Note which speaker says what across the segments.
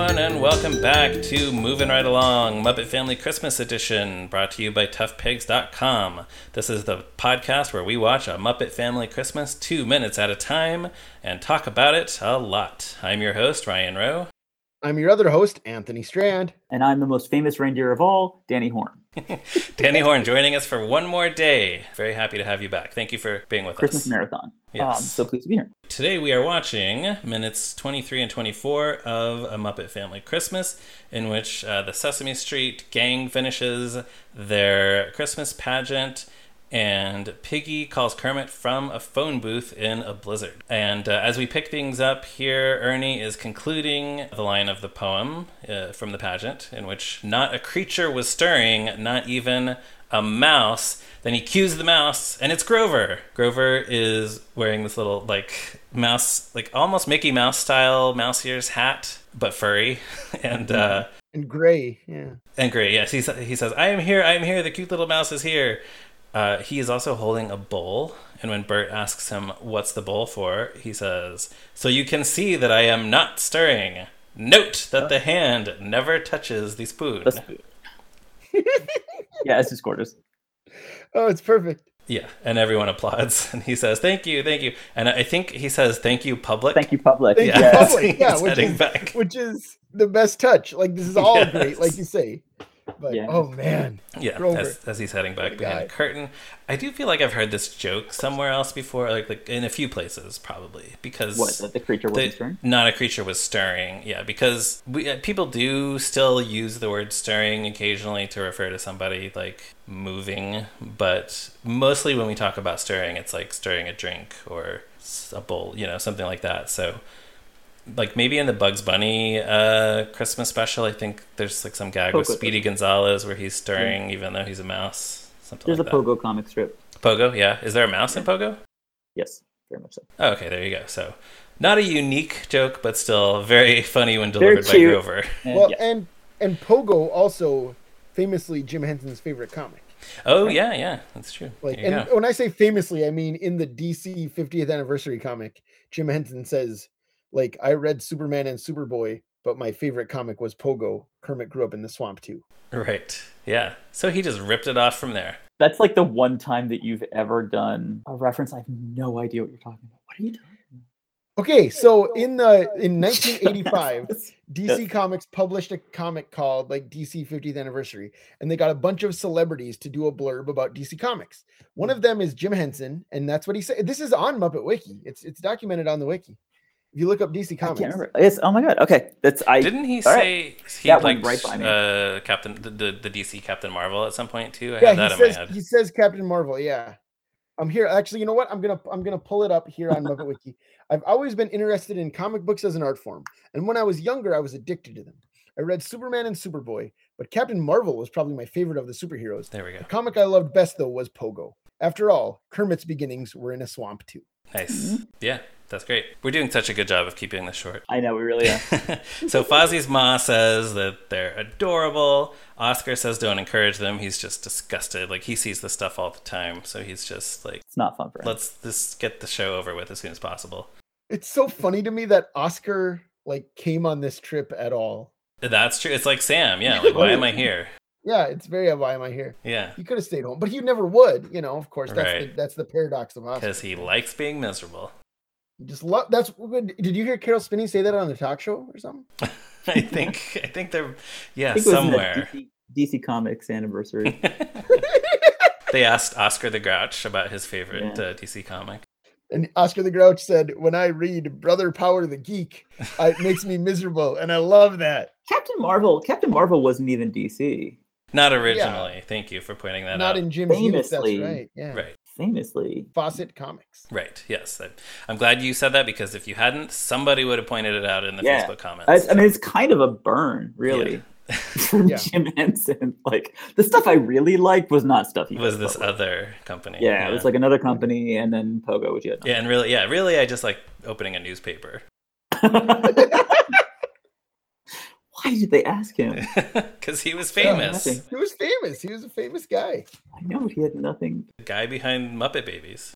Speaker 1: welcome back to Moving Right Along, Muppet Family Christmas Edition, brought to you by ToughPigs.com. This is the podcast where we watch a Muppet Family Christmas two minutes at a time and talk about it a lot. I'm your host, Ryan Rowe.
Speaker 2: I'm your other host, Anthony Strand.
Speaker 3: And I'm the most famous reindeer of all, Danny Horn.
Speaker 1: Danny Horn joining us for one more day. Very happy to have you back. Thank you for being with
Speaker 3: Christmas
Speaker 1: us.
Speaker 3: marathon.
Speaker 1: Yes.
Speaker 3: Um, so pleased to be here.
Speaker 1: Today we are watching minutes 23 and 24 of A Muppet Family Christmas, in which uh, the Sesame Street gang finishes their Christmas pageant, and Piggy calls Kermit from a phone booth in a blizzard. And uh, as we pick things up here, Ernie is concluding the line of the poem uh, from the pageant, in which not a creature was stirring, not even a mouse. Then he cues the mouse, and it's Grover. Grover is wearing this little like mouse, like almost Mickey Mouse style mouse ears hat, but furry, and uh,
Speaker 2: And Gray, yeah.
Speaker 1: and great. Yes, he sa- he says, "I am here. I am here. The cute little mouse is here." Uh, he is also holding a bowl, and when Bert asks him, "What's the bowl for?" he says, "So you can see that I am not stirring." Note that the hand never touches the spoon.
Speaker 3: That's- yeah, it's just gorgeous.
Speaker 2: Oh, it's perfect.
Speaker 1: Yeah, and everyone applauds, and he says, "Thank you, thank you," and I I think he says, "Thank you, public."
Speaker 3: Thank you, public.
Speaker 2: Thank
Speaker 1: Yeah,
Speaker 2: you,
Speaker 3: yes.
Speaker 2: public. Yeah,
Speaker 1: he's
Speaker 2: which
Speaker 1: heading
Speaker 2: is-
Speaker 1: back.
Speaker 2: Which is the best touch. Like this is all great, like
Speaker 1: Yes.
Speaker 2: you say. But
Speaker 3: Yeah.
Speaker 2: oh man.
Speaker 1: Yeah,
Speaker 2: Grover.
Speaker 1: as, as he's heading back
Speaker 2: a
Speaker 1: behind the
Speaker 2: guy.
Speaker 1: curtain, I do feel like I've heard this joke somewhere else before, like, like in a few places probably because
Speaker 3: What, that the creature
Speaker 1: the-
Speaker 3: wasn't stirring?
Speaker 1: not a creature was stirring. Yeah, because we uh, people do still use the word stirring occasionally to refer to somebody like moving, but mostly when we talk about stirring, it's like stirring a drink or s- a bowl, you know, something like that. So like maybe in the Bugs Bunny uh, Christmas special, I think there's like some gag with
Speaker 3: Pogo.
Speaker 1: Speedy Gonzalez where he's stirring even though he's a mouse. Something
Speaker 3: There's
Speaker 1: like
Speaker 3: a
Speaker 1: that.
Speaker 3: Pogo comic strip.
Speaker 1: Pogo, yeah. Is there a mouse in Pogo?
Speaker 3: Yes, very much so.
Speaker 1: Oh, okay, there you go. So, not a unique joke, but still very funny when
Speaker 3: Very
Speaker 1: delivered by
Speaker 3: cute.
Speaker 1: Grover.
Speaker 3: And
Speaker 2: Well,
Speaker 3: yeah,
Speaker 2: and and Pogo also famously Jim Henson's favorite comic.
Speaker 1: Oh yeah, yeah, that's true.
Speaker 2: Like
Speaker 1: there you
Speaker 2: and
Speaker 1: go.
Speaker 2: when I say famously, I mean in the DC 50th anniversary comic, Jim Henson says, like, I read Superman and Superboy, but my favorite comic was Pogo. Kermit grew up in the swamp too.
Speaker 1: Right. Yeah. So he just ripped it off from there.
Speaker 3: that's like the one time that you've ever done a reference. I have no idea what you're talking about. What are you talking
Speaker 2: Okay, so in the in 1985,
Speaker 3: about?
Speaker 2: DC Comics published a comic called like DC 50th Anniversary, and they got a bunch of celebrities to do a blurb about DC Comics.
Speaker 1: Hmm.
Speaker 2: One of them is Jim Henson, and that's what he said. This is on Muppet Wiki. It's it's documented on the wiki. If you look up DC
Speaker 3: I can't
Speaker 2: Comics,
Speaker 3: remember. It's, oh my god. Okay, that's I.
Speaker 1: Didn't he
Speaker 3: all right.
Speaker 1: say he
Speaker 3: That one
Speaker 1: liked
Speaker 3: right by me.
Speaker 1: uh, Captain the, the the DC Captain Marvel at some point too? I
Speaker 2: yeah,
Speaker 1: had that
Speaker 2: he
Speaker 1: in my
Speaker 2: says
Speaker 1: head.
Speaker 2: he says Captain Marvel. Yeah, I'm here. Actually, you know what? I'm gonna I'm gonna pull it up here on Muppet Wiki. I've always been interested in comic books as an art form, and when I was younger, I was addicted to them. I read Superman and Superboy, but Captain Marvel was probably my favorite of the superheroes.
Speaker 1: There we go.
Speaker 2: The comic I loved best though was Pogo. After all, Kermit's beginnings were in a swamp too.
Speaker 3: Mm-hmm.
Speaker 1: Nice. Yeah, that's great. We're doing such a good job of keeping this short.
Speaker 3: I know we really are.
Speaker 1: so Fozzie's ma says that they're adorable. Oscar says don't encourage them. He's just disgusted. Like he sees this stuff all the time, so he's just like,
Speaker 3: It's not fun for us.
Speaker 1: let's just get the show over with as soon as possible.
Speaker 2: It's so funny to me that Oscar like came on this trip at all.
Speaker 1: That's true. It's like Sam. Yeah. Like why am
Speaker 3: Oh.
Speaker 1: I here?
Speaker 2: Yeah, it's very why am I here?
Speaker 1: Yeah.
Speaker 2: He could have stayed home, but he never would. You know, of course, that's the,
Speaker 1: Right.
Speaker 2: that's the paradox of Oscar.
Speaker 1: Because he likes being miserable.
Speaker 2: You Just love that's. Did you hear Carol Spinney say that on the talk show or something?
Speaker 1: I think. I think they're. Yeah.
Speaker 3: I think it was in the
Speaker 1: somewhere.
Speaker 3: DC, DC Comics anniversary.
Speaker 1: They asked Oscar the Grouch about his favorite
Speaker 3: Yeah.
Speaker 1: uh, DC comic.
Speaker 2: And Oscar the Grouch said, "When I read Brother Power the Geek, I, it makes me miserable, and I love that.
Speaker 3: Captain Marvel. Captain Marvel wasn't even DC.
Speaker 1: Not originally. Thank you for pointing that out.
Speaker 2: Not in Jim's youth, that's
Speaker 3: Famously.
Speaker 2: right. Yeah,
Speaker 1: uh, right.
Speaker 3: Famously,
Speaker 2: Fawcett Comics.
Speaker 1: Right. Yes. I, I'm glad you said that because if you hadn't, somebody would have pointed it out in the
Speaker 3: Yeah.
Speaker 1: Facebook comments.
Speaker 3: I, I mean, it's kind of a burn, really, from
Speaker 2: Yeah.
Speaker 3: Jim Henson. Like the stuff I really liked was not stuff he
Speaker 1: was
Speaker 3: did
Speaker 1: this Mm-hmm.
Speaker 3: public.
Speaker 1: other company?
Speaker 3: Yeah, it was like another company, and then Pogo, which you had.
Speaker 1: Yeah, and really, yeah, really, I just like opening a newspaper
Speaker 3: Why did they ask him?
Speaker 1: because he was famous.
Speaker 3: nothing.
Speaker 2: He was famous. He was a famous guy.
Speaker 3: I know he had nothing.
Speaker 1: the guy behind Muppet Babies,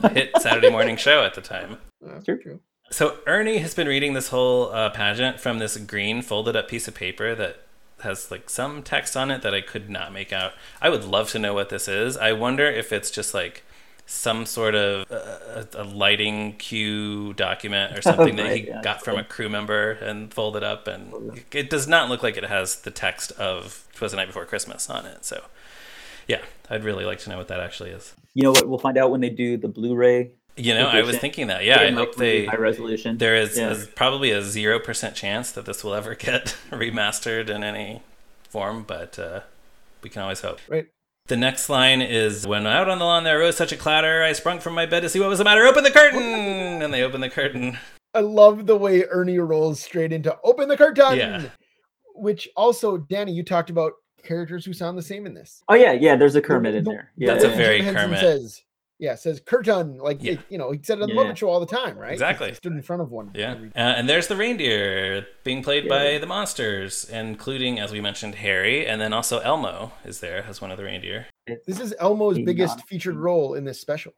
Speaker 1: the hit Saturday morning show at the time.
Speaker 2: That's
Speaker 3: Sure.
Speaker 2: true.
Speaker 1: So Ernie has been reading this whole uh, pageant from this green folded up piece of paper that has like some text on it that I could not make out. I would love to know what this is. I wonder if it's just like some sort of uh, a lighting cue document or something that he
Speaker 3: Right, yeah, Oh,
Speaker 1: got from a crew member and folded up and it does not look like it has the text of Twas the Night Before Christmas on it. So yeah, I'd really like to know what that actually is.
Speaker 3: You know what? We'll find out when they do the Blu-ray.
Speaker 1: You know, I was
Speaker 3: Edition.
Speaker 1: thinking that. Yeah, I
Speaker 3: Like,
Speaker 1: hope
Speaker 3: when do
Speaker 1: they
Speaker 3: high resolution.
Speaker 1: There is
Speaker 3: Yeah.
Speaker 1: is probably a zero percent chance that this will ever get remastered in any form, but uh, we can always hope.
Speaker 2: Right.
Speaker 1: The next line is When out on the lawn there arose such a clatter, I sprung from my bed to see what was the matter. Open the curtain! And they open the curtain.
Speaker 2: I love the way Ernie rolls straight into open the curtain.
Speaker 1: Yeah.
Speaker 2: Which also, Danny, you talked about characters who sound the same in this.
Speaker 3: Oh yeah, yeah. There's a Kermit in there. Yeah,
Speaker 1: That's a
Speaker 3: yeah.
Speaker 1: very
Speaker 2: Jim Henson
Speaker 1: Kermit.
Speaker 2: Says, yeah, says curtain. Like
Speaker 1: Yeah.
Speaker 2: it, you know, he said it on the
Speaker 3: Yeah.
Speaker 2: Muppet Show all the time, right?
Speaker 1: Exactly.
Speaker 2: He stood in front of one.
Speaker 1: Yeah.
Speaker 2: every-
Speaker 1: Uh, and there's the reindeer being played by
Speaker 3: Yeah.
Speaker 1: the monsters, including, as we mentioned, Harry, and then also Elmo is there as one of the reindeer.
Speaker 2: This is Elmo's
Speaker 3: He's
Speaker 2: biggest
Speaker 3: not-
Speaker 2: featured role in this special.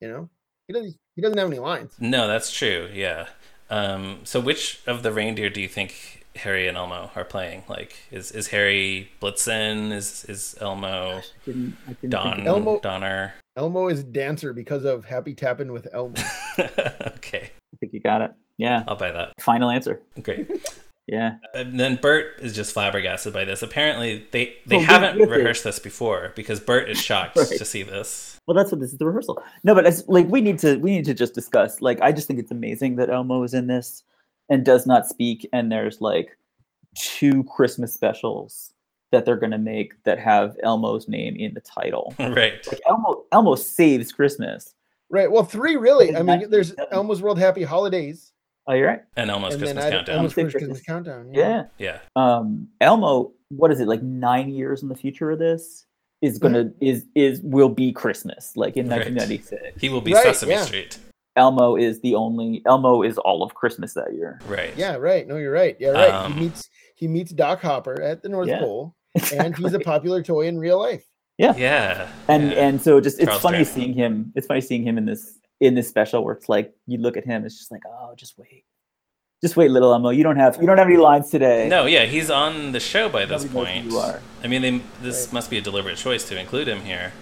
Speaker 2: You know, he doesn't. He doesn't have any lines.
Speaker 1: No, that's true. Yeah. Um, so, which of the reindeer do you think Harry and Elmo are playing? Like, is is Harry Blitzen? Is is Elmo
Speaker 3: Gosh, I didn't- I didn't
Speaker 1: Don
Speaker 3: think
Speaker 2: Elmo-
Speaker 1: Donner?
Speaker 2: Elmo is dancer because of Happy Tappin' with Elmo.
Speaker 1: okay,
Speaker 3: I think you got it. Yeah.
Speaker 1: I'll buy that.
Speaker 3: Final answer.
Speaker 1: Great.
Speaker 3: Yeah.
Speaker 1: And then Bert is just flabbergasted by this. Apparently, they they
Speaker 3: Oh, they're
Speaker 1: haven't
Speaker 3: with it.
Speaker 1: rehearsed this before because Bert is shocked
Speaker 3: Right.
Speaker 1: to see this.
Speaker 3: Well, that's what this is the rehearsal. No, but it's like we need to we need to just discuss. Like, I just think it's amazing that Elmo is in this and does not speak. And there's like two Christmas specials that they're gonna make that have Elmo's name in the title.
Speaker 1: right.
Speaker 3: Like Elmo Elmo saves Christmas.
Speaker 2: Right. Well, three really. I mean,
Speaker 3: Exactly.
Speaker 2: there's Elmo's World Happy Holidays,
Speaker 3: Oh, you're right.
Speaker 1: And Elmo's
Speaker 2: and
Speaker 1: Christmas
Speaker 2: then I-
Speaker 1: Countdown.
Speaker 2: Elmo's
Speaker 3: Christmas
Speaker 2: Christmas Countdown.
Speaker 3: Yeah.
Speaker 1: yeah.
Speaker 3: um elmo what is it like nine years in the future of this is gonna is is will be christmas like in
Speaker 1: Right.
Speaker 3: 1996
Speaker 1: He will be
Speaker 2: Right,
Speaker 1: Sesame
Speaker 2: yeah.
Speaker 1: Street.
Speaker 3: elmo is the only elmo is all of christmas that year
Speaker 1: Right.
Speaker 2: Yeah, right. No, you're right. Yeah, right.
Speaker 1: Um,
Speaker 2: he meets he meets Doc Hopper at the North
Speaker 3: Yeah,
Speaker 2: Pole, and he's a popular toy in real life.
Speaker 1: Yeah.
Speaker 3: and
Speaker 1: yeah.
Speaker 3: and so just it's
Speaker 1: Charles
Speaker 3: funny
Speaker 1: Darwin.
Speaker 3: seeing him it's funny seeing him in this in this special where it's like you look at him it's just like oh just wait just wait little elmo you don't have you don't have any lines today
Speaker 1: No, yeah, he's on the show by this
Speaker 3: Nobody knows
Speaker 1: point.
Speaker 3: who you are.
Speaker 1: I mean, they, this
Speaker 2: Right.
Speaker 1: must be a deliberate choice to include him here.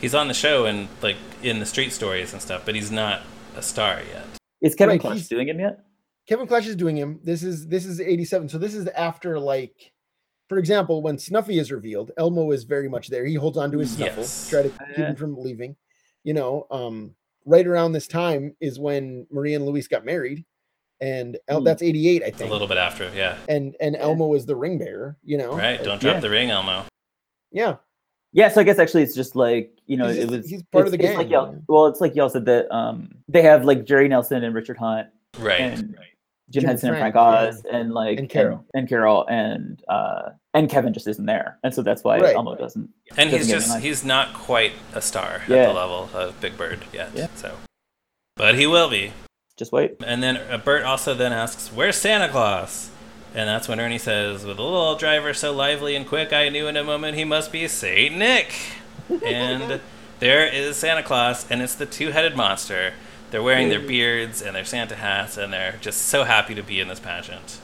Speaker 1: He's on the show and like in the street stories and stuff, but he's not a star yet.
Speaker 3: is kevin
Speaker 2: Right,
Speaker 3: Clash
Speaker 2: he's-
Speaker 3: doing him yet
Speaker 2: Kevin Clash is doing him. This is this is 87. So this is after like for example, when Snuffy is revealed, Elmo is very much there. He holds on to his snuffle,
Speaker 1: Yes.
Speaker 2: try to keep him from leaving. You know, um, right around this time is when Marie and Luis got married, and El-
Speaker 3: Hmm.
Speaker 2: that's 88, I
Speaker 1: It's a
Speaker 2: think.
Speaker 1: little bit after, yeah.
Speaker 2: and and Elmo is the ring bearer. You know,
Speaker 1: right? Don't drop
Speaker 3: Oh, yeah.
Speaker 1: the ring, Elmo.
Speaker 2: yeah,
Speaker 3: Yeah, so I guess actually it's just like you know
Speaker 2: He's
Speaker 3: it
Speaker 2: just-
Speaker 3: was
Speaker 2: he's part of
Speaker 3: it's-
Speaker 2: the
Speaker 3: it's Like
Speaker 2: gang,
Speaker 3: y'all,
Speaker 2: yeah.
Speaker 3: Well, it's like y'all said that um they have like Jerry Nelson and Richard Hunt
Speaker 1: Right.
Speaker 3: and
Speaker 1: right.
Speaker 3: Jim,
Speaker 2: Jim
Speaker 3: Henson and
Speaker 2: Frank,
Speaker 3: Frank Oz and like
Speaker 2: And Carol.
Speaker 3: and, and Carol and uh and Kevin just isn't there, and so that's why
Speaker 2: Right.
Speaker 3: Elmo doesn't.
Speaker 1: And he's
Speaker 3: Doesn't get
Speaker 1: just
Speaker 3: any-
Speaker 1: he's not quite a star at
Speaker 3: Yeah.
Speaker 1: the level of Big Bird yet.
Speaker 3: Yeah.
Speaker 1: So but he will be.
Speaker 3: Just wait.
Speaker 1: And then uh, Bert also then asks, "Where's Santa Claus?" And that's when Ernie says, "With a little driver so lively and quick, I knew in a moment he must be Saint Nick." and there is Santa Claus, and it's the two-headed monster. They're wearing their beards and their Santa hats, and they're just so happy to be in this pageant.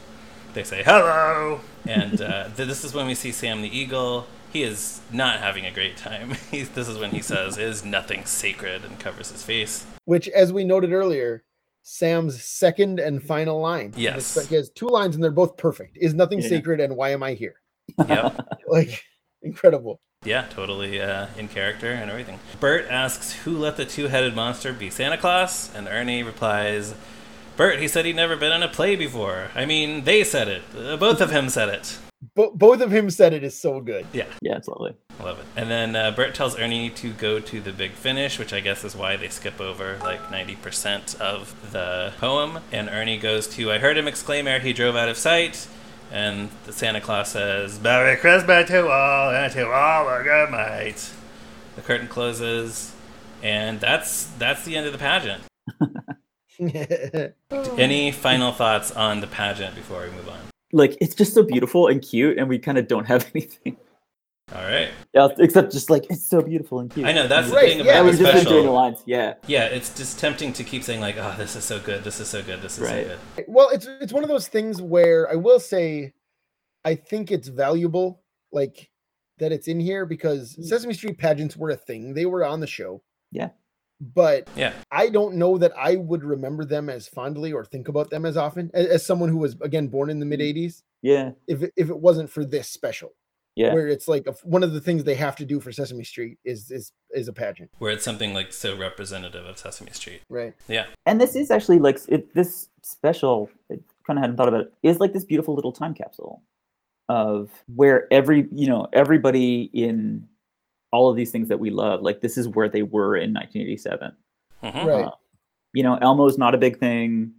Speaker 1: They say hello, and uh, th- this is when we see Sam the Eagle. He is not having a great time. He's, this is when he says, "Is nothing sacred?" and covers his face.
Speaker 2: which, as we noted earlier, Sam's second and final line. He has-
Speaker 1: Yes.
Speaker 2: he has two lines, and they're both perfect. Is nothing
Speaker 3: Yeah.
Speaker 2: sacred, and why am I here?
Speaker 1: Yep.
Speaker 2: Like incredible.
Speaker 1: Yeah, totally uh, in character and everything. Bert asks, Who let the two headed monster be Santa Claus? And Ernie replies, Bert, he said he'd never been in a play before. I mean, they said it. Uh, both of him said it.
Speaker 2: Bo- both of him said it is so good.
Speaker 3: Yeah, it's lovely.
Speaker 1: I love it. And then uh, Bert tells Ernie to go to the big finish, which I guess is why they skip over like 90% of the poem. And Ernie goes to, I heard him exclaim ere he drove out of sight. And the Santa Claus says, Merry Christmas to all and to all a good night. The curtain closes, and that's that's the end of the pageant. Any final thoughts on the pageant before we move on?
Speaker 3: Like it's just so beautiful and cute, and we kind of don't have anything.
Speaker 1: All right.
Speaker 3: Yeah, except just like it's so beautiful and cute.
Speaker 1: I know that's
Speaker 2: Right,
Speaker 1: the thing
Speaker 2: yeah,
Speaker 1: about
Speaker 3: That
Speaker 2: it
Speaker 1: the
Speaker 3: was just been doing the
Speaker 1: special.
Speaker 3: lines. Yeah.
Speaker 1: Yeah, it's just tempting to keep saying like, "Oh, this is so good. This is so good. This is
Speaker 3: Right.
Speaker 1: so good."
Speaker 2: Well, it's it's one of those things where I will say, I think it's valuable, like that it's in here because Sesame Street pageants were a thing; they were on the show.
Speaker 3: Yeah.
Speaker 2: But
Speaker 1: Yeah.
Speaker 2: I don't know that I would remember them as fondly or think about them as often as, as someone who was again born in the mid '80s.
Speaker 3: Yeah.
Speaker 2: If it- if it wasn't for this special,
Speaker 3: Yeah.
Speaker 2: where it's like a, one of the things they have to do for Sesame Street is is is a pageant,
Speaker 1: Where it's something like so representative of Sesame Street.
Speaker 2: right?
Speaker 3: And this is actually like it, this special. Kind of hadn't thought about it. Is like this beautiful little time capsule of where every you know everybody in all of these things that we love. Like this is where they were in 1987. Uh-huh.
Speaker 1: Mhm.
Speaker 2: Right.
Speaker 3: You know, Elmo's not a big thing.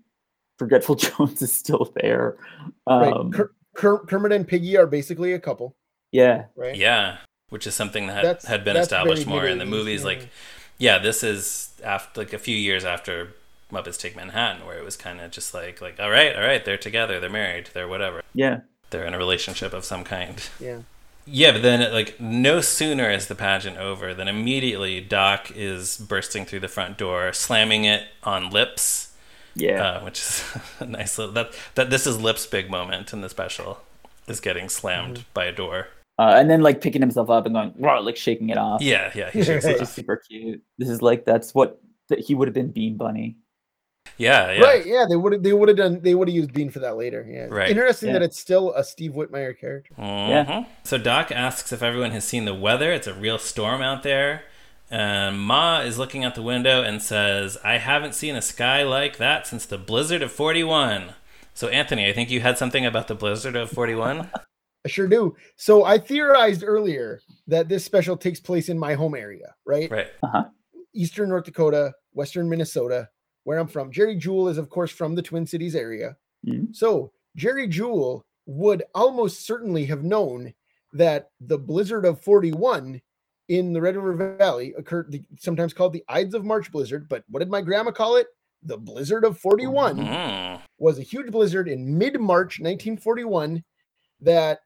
Speaker 3: Forgetful Jones is still there. Um,
Speaker 2: right. Ker- Ker- Kermit and Piggy are basically a couple,
Speaker 3: yeah.
Speaker 2: right?
Speaker 1: Yeah, which is something that
Speaker 2: That's-
Speaker 1: had been
Speaker 2: that's
Speaker 1: established
Speaker 2: very
Speaker 1: more in the movies.
Speaker 2: mid-eighties, yeah.
Speaker 1: Like, yeah, this is after like a few years after Muppets Take Manhattan, where it was kind of just like, like, all right, all right, they're together, they're married, they're whatever,
Speaker 3: Yeah.
Speaker 1: they're in a relationship of some kind.
Speaker 2: Yeah.
Speaker 1: Yeah, but then like no sooner is the pageant over than immediately Doc is bursting through the front door, slamming it on lips,
Speaker 3: Yeah.
Speaker 1: uh, which is a nice little that that this is lips big moment in the special is getting slammed by a door.
Speaker 3: uh, and then like picking himself up and going "Rah," like shaking it off
Speaker 1: Yeah, yeah, he shakes
Speaker 3: which
Speaker 1: it
Speaker 3: is
Speaker 1: off.
Speaker 3: super cute this is like that's what that he would have been bean bunny
Speaker 1: Yeah, yeah.
Speaker 2: Right, yeah, they would have they would have done they would have used Bean for that later. Yeah.
Speaker 1: Right.
Speaker 2: Interesting
Speaker 3: Yeah.
Speaker 2: that it's still a Steve Whitmire character.
Speaker 1: Yeah. Mm-hmm. So Doc asks if everyone has seen the weather. It's a real storm out there. And Ma is looking out the window and says, I haven't seen a sky like that since the blizzard of 41. So, Anthony, I think you had something about the blizzard of 41.
Speaker 2: I sure do. So I theorized earlier that this special takes place in my home area, right?
Speaker 1: right.
Speaker 2: Eastern North Dakota, Western Minnesota, where I'm from. Jerry Jewell is of course from the Twin Cities area.
Speaker 3: Mhm.
Speaker 2: So Jerry Jewell would almost certainly have known that the blizzard of 41 in the Red River Valley occurred the, sometimes called the Ides of March blizzard, but what did my grandma call it? The blizzard of 41.
Speaker 1: Mm.
Speaker 2: was a huge blizzard in mid March 1941 that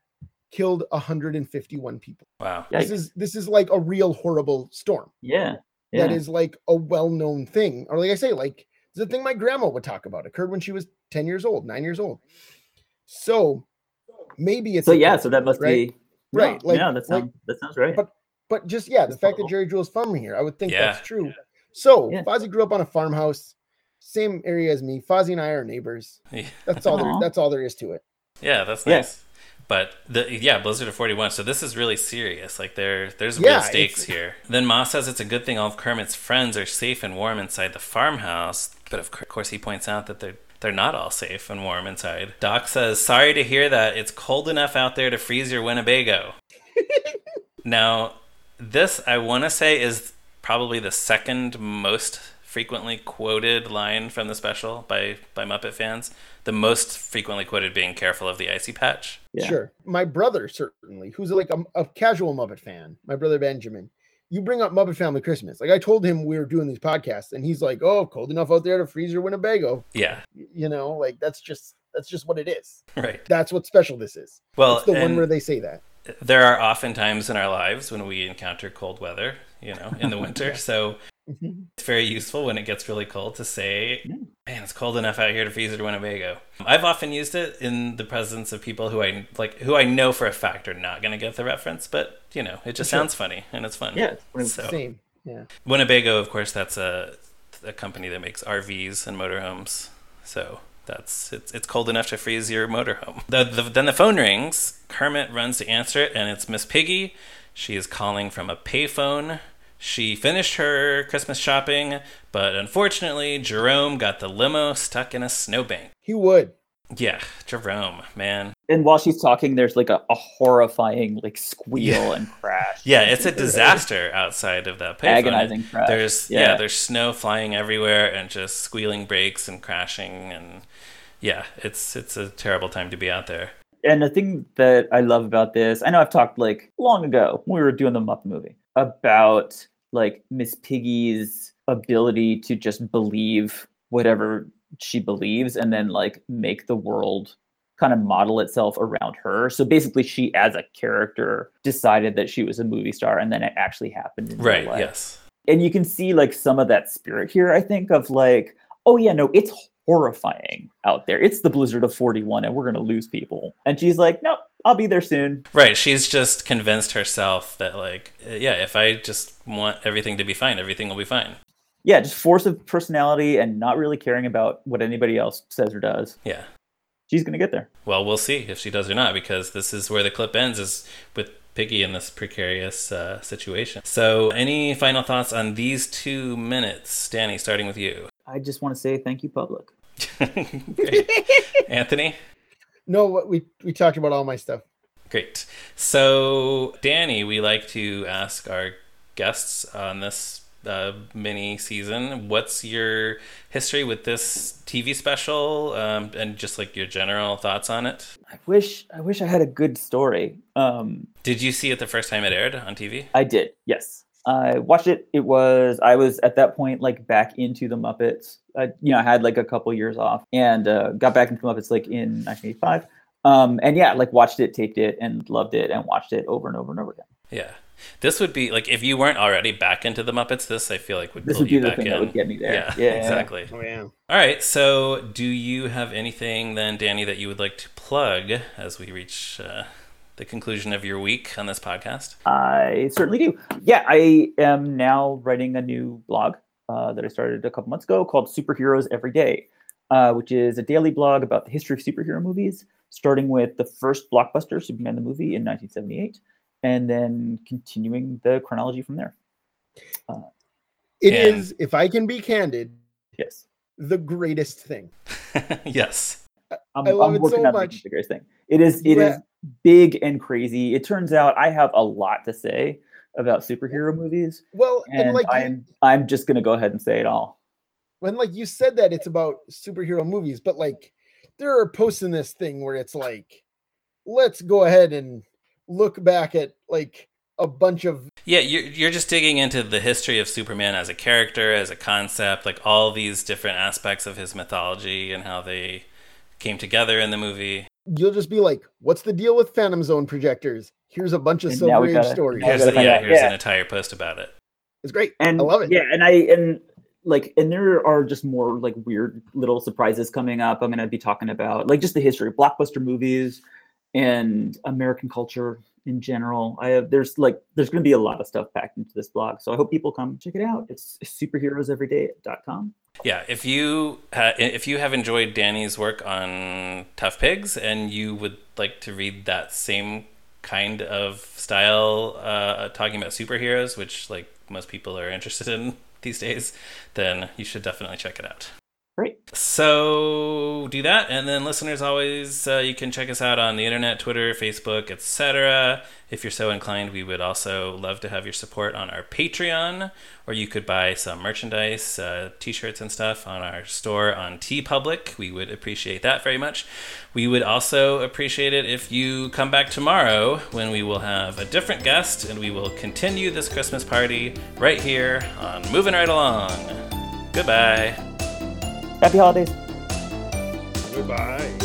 Speaker 2: killed 151 people.
Speaker 1: Wow.
Speaker 3: Yikes.
Speaker 2: This is this is like a real horrible storm.
Speaker 3: yeah yeah
Speaker 2: That is like a well-known thing. Or like I say, like it's the thing my grandma would talk about. Occurred when she was 10 years old, 9 years old. So maybe it's
Speaker 3: so
Speaker 2: a
Speaker 3: yeah
Speaker 2: thing,
Speaker 3: so that must
Speaker 2: right?
Speaker 3: be no,
Speaker 2: Right, like-
Speaker 3: no, that
Speaker 2: like-
Speaker 3: sounds that sounds right
Speaker 2: but- but just yeah, the
Speaker 3: It's
Speaker 2: fact that
Speaker 3: possible.
Speaker 2: Jerry Jewell's from here, I would think
Speaker 1: Yeah.
Speaker 2: that's true. So
Speaker 3: Yeah.
Speaker 2: Fozzie grew up on a farmhouse, same area as me. Fozzie and I are neighbors.
Speaker 1: Yeah.
Speaker 2: That's all there,
Speaker 3: Aw.
Speaker 2: that's all there is to it.
Speaker 1: Yeah, that's
Speaker 3: Yeah.
Speaker 1: nice. But the yeah, Blizzard of 41. So this is really serious. Like there there's
Speaker 2: Yeah,
Speaker 1: real stakes
Speaker 2: it's-
Speaker 1: here. Then Ma says it's a good thing all of Kermit's friends are safe and warm inside the farmhouse, but of cour- course he points out that they're they're not all safe and warm inside. Doc says, "Sorry to hear that. It's cold enough out there to freeze your Winnebago." now, this I want to say is probably the second most frequently quoted line from the special by by Muppet fans. The most frequently quoted being "Careful of the icy patch."
Speaker 3: Yeah.
Speaker 2: Sure. My brother, certainly, who's like a, a casual Muppet fan, my brother Benjamin, you bring up Muppet Family Christmas. Like I told him we were doing these podcasts, and he's like, oh, cold enough out there to freeze your Winnebago.
Speaker 1: Yeah,
Speaker 2: Y- You know, like that's just that's just what it is.
Speaker 1: right.
Speaker 2: That's what special this is.
Speaker 1: Well,
Speaker 2: It's the one
Speaker 1: and
Speaker 2: where they say that.
Speaker 1: there are often times in our lives when we encounter cold weather, you know, in the winter. So
Speaker 2: Mhm.
Speaker 1: it's very useful when it gets really cold to say,
Speaker 3: Yeah.
Speaker 1: "Man, it's cold enough out here to freeze at Winnebago." I've often used it in the presence of people who I like, who I know for a fact are not going to get the reference, but you know, it just
Speaker 2: Sure.
Speaker 1: sounds funny and it's fun.
Speaker 3: yeah it's one of-
Speaker 1: So
Speaker 2: Same. Yeah.
Speaker 1: Winnebago, of course, that's a a company that makes RVs and motorhomes. So that's it's it's cold enough to freeze your motorhome. The, the then the phone rings. Kermit runs to answer it, and it's Miss Piggy. She is calling from a payphone. She finished her Christmas shopping, but unfortunately, Jerome got the limo stuck in a snowbank.
Speaker 2: He would.
Speaker 1: Yeah, Jerome, man.
Speaker 3: and while she's talking there's like a, a horrifying like squeal and crash
Speaker 1: Yeah, it's a disaster outside of that payphone.
Speaker 3: agonizing crash
Speaker 1: There's yeah.
Speaker 3: Yeah.
Speaker 1: there's snow flying everywhere and just squealing brakes and crashing and yeah, it's it's a terrible time to be out there.
Speaker 3: and the thing that I love about this, I know I've talked like long ago when we were doing the Muppet movie about like Miss Piggy's ability to just believe whatever she believes and then like make the world kind of model itself around her. So basically, she as a character decided that she was a movie star, and then it actually happened. in real
Speaker 1: Right.
Speaker 3: life.
Speaker 1: Yes.
Speaker 3: And you can see like some of that spirit here. I think of like, oh yeah, no, it's horrifying out there. It's the blizzard of forty one, and we're gonna lose people. And she's like, nope, I'll be there soon.
Speaker 1: Right. She's just convinced herself that, like, uh, yeah, if I just want everything to be fine, everything will be fine.
Speaker 3: Yeah, just force of personality and not really caring about what anybody else says or does.
Speaker 1: Yeah.
Speaker 3: She's gonna get there.
Speaker 1: Well, we'll see if she does or not, because this is where the clip ends, is with Piggy in this precarious uh, situation. So, any final thoughts on these two minutes, Danny? Starting with you.
Speaker 3: I just want to say thank you, public.
Speaker 1: Great. Anthony.
Speaker 2: No, what we we talked about all my stuff.
Speaker 1: Great. So, Danny, we like to ask our guests on this uh, mini season what's your history with this TV special um, and just like your general thoughts on it?
Speaker 3: I wish I wish I had a good story. Um,
Speaker 1: Did you see it the first time it aired on TV?
Speaker 3: I did, yes. I watched it. It was I was at that point like back into the Muppets. I, you know, I had like a couple years off and uh, got back into the Muppets like in 1985. Um, and yeah, like watched it, taped it, and loved it, and watched it over and over and over again.
Speaker 1: Yeah. This would be like if you weren't already back into the Muppets, this I feel like would
Speaker 3: This
Speaker 1: pull
Speaker 3: would be
Speaker 1: you
Speaker 3: the
Speaker 1: back
Speaker 3: thing
Speaker 1: in.
Speaker 3: that would get me there.
Speaker 1: yeah, exactly.
Speaker 2: Oh yeah.
Speaker 1: All right. So, do you have anything then, Danny, that you would like to plug as we reach uh, the conclusion of your week on this podcast?
Speaker 3: I certainly do. Yeah, I am now writing a new blog uh, that I started a couple months ago called Superheroes Every Day, uh, which is a daily blog about the history of superhero movies, starting with the first blockbuster, Superman the movie, in 1978, and then continuing the chronology from there.
Speaker 2: It is,
Speaker 1: And-
Speaker 2: if I can be candid,
Speaker 3: Yes.
Speaker 2: the greatest thing.
Speaker 1: yes.
Speaker 3: I'm,
Speaker 2: I love
Speaker 3: I'm
Speaker 2: it
Speaker 3: working
Speaker 2: so
Speaker 3: on making
Speaker 2: much.
Speaker 3: it the greatest thing. It is It
Speaker 2: Yeah.
Speaker 3: is big and crazy. It turns out I have a lot to say about superhero movies,
Speaker 2: Well, and,
Speaker 3: and
Speaker 2: like you,
Speaker 3: I'm I'm just gonna go ahead and say it all.
Speaker 2: when like you said that it's about superhero movies, but like there are posts in this thing where it's like, let's go ahead and look back at like a bunch of
Speaker 1: Yeah, you're, you're just digging into the history of Superman as a character, as a concept, like all these different aspects of his mythology and how they came together in the movie.
Speaker 2: you'll just be like, what's the deal with Phantom Zone projectors? Here's a bunch of
Speaker 3: And now
Speaker 2: Silver
Speaker 3: we
Speaker 2: Age
Speaker 3: gotta-
Speaker 2: stories.
Speaker 3: now we
Speaker 1: Here's,
Speaker 3: gotta find
Speaker 1: yeah,
Speaker 3: out.
Speaker 1: here's
Speaker 3: Yeah.
Speaker 1: an entire post about it.
Speaker 2: It's great.
Speaker 3: and
Speaker 2: I love it.
Speaker 3: Yeah, and I and like and there are just more like weird little surprises coming up. I'm gonna be talking about like just the history of blockbuster movies and American culture in general. I have there's like there's gonna be a lot of stuff packed into this blog. So I hope people come check it out. It's superheroeseveryday.com.
Speaker 1: Yeah, if you ha- if you have enjoyed Danny's work on Tough Pigs and you would like to read that same kind of style uh, talking about superheroes, which like most people are interested in these days, then you should definitely check it out.
Speaker 3: Great.
Speaker 1: So do that, and then listeners, always uh, you can check us out on the internet, Twitter, Facebook, etc. If you're so inclined, we would also love to have your support on our Patreon, or you could buy some merchandise, uh, t-shirts and stuff on our store on TeePublic. We would appreciate that very much. We would also appreciate it if you come back tomorrow when we will have a different guest, and we will continue this Christmas party right here on Moving Right Along. Goodbye.
Speaker 3: Happy holidays.
Speaker 2: Goodbye.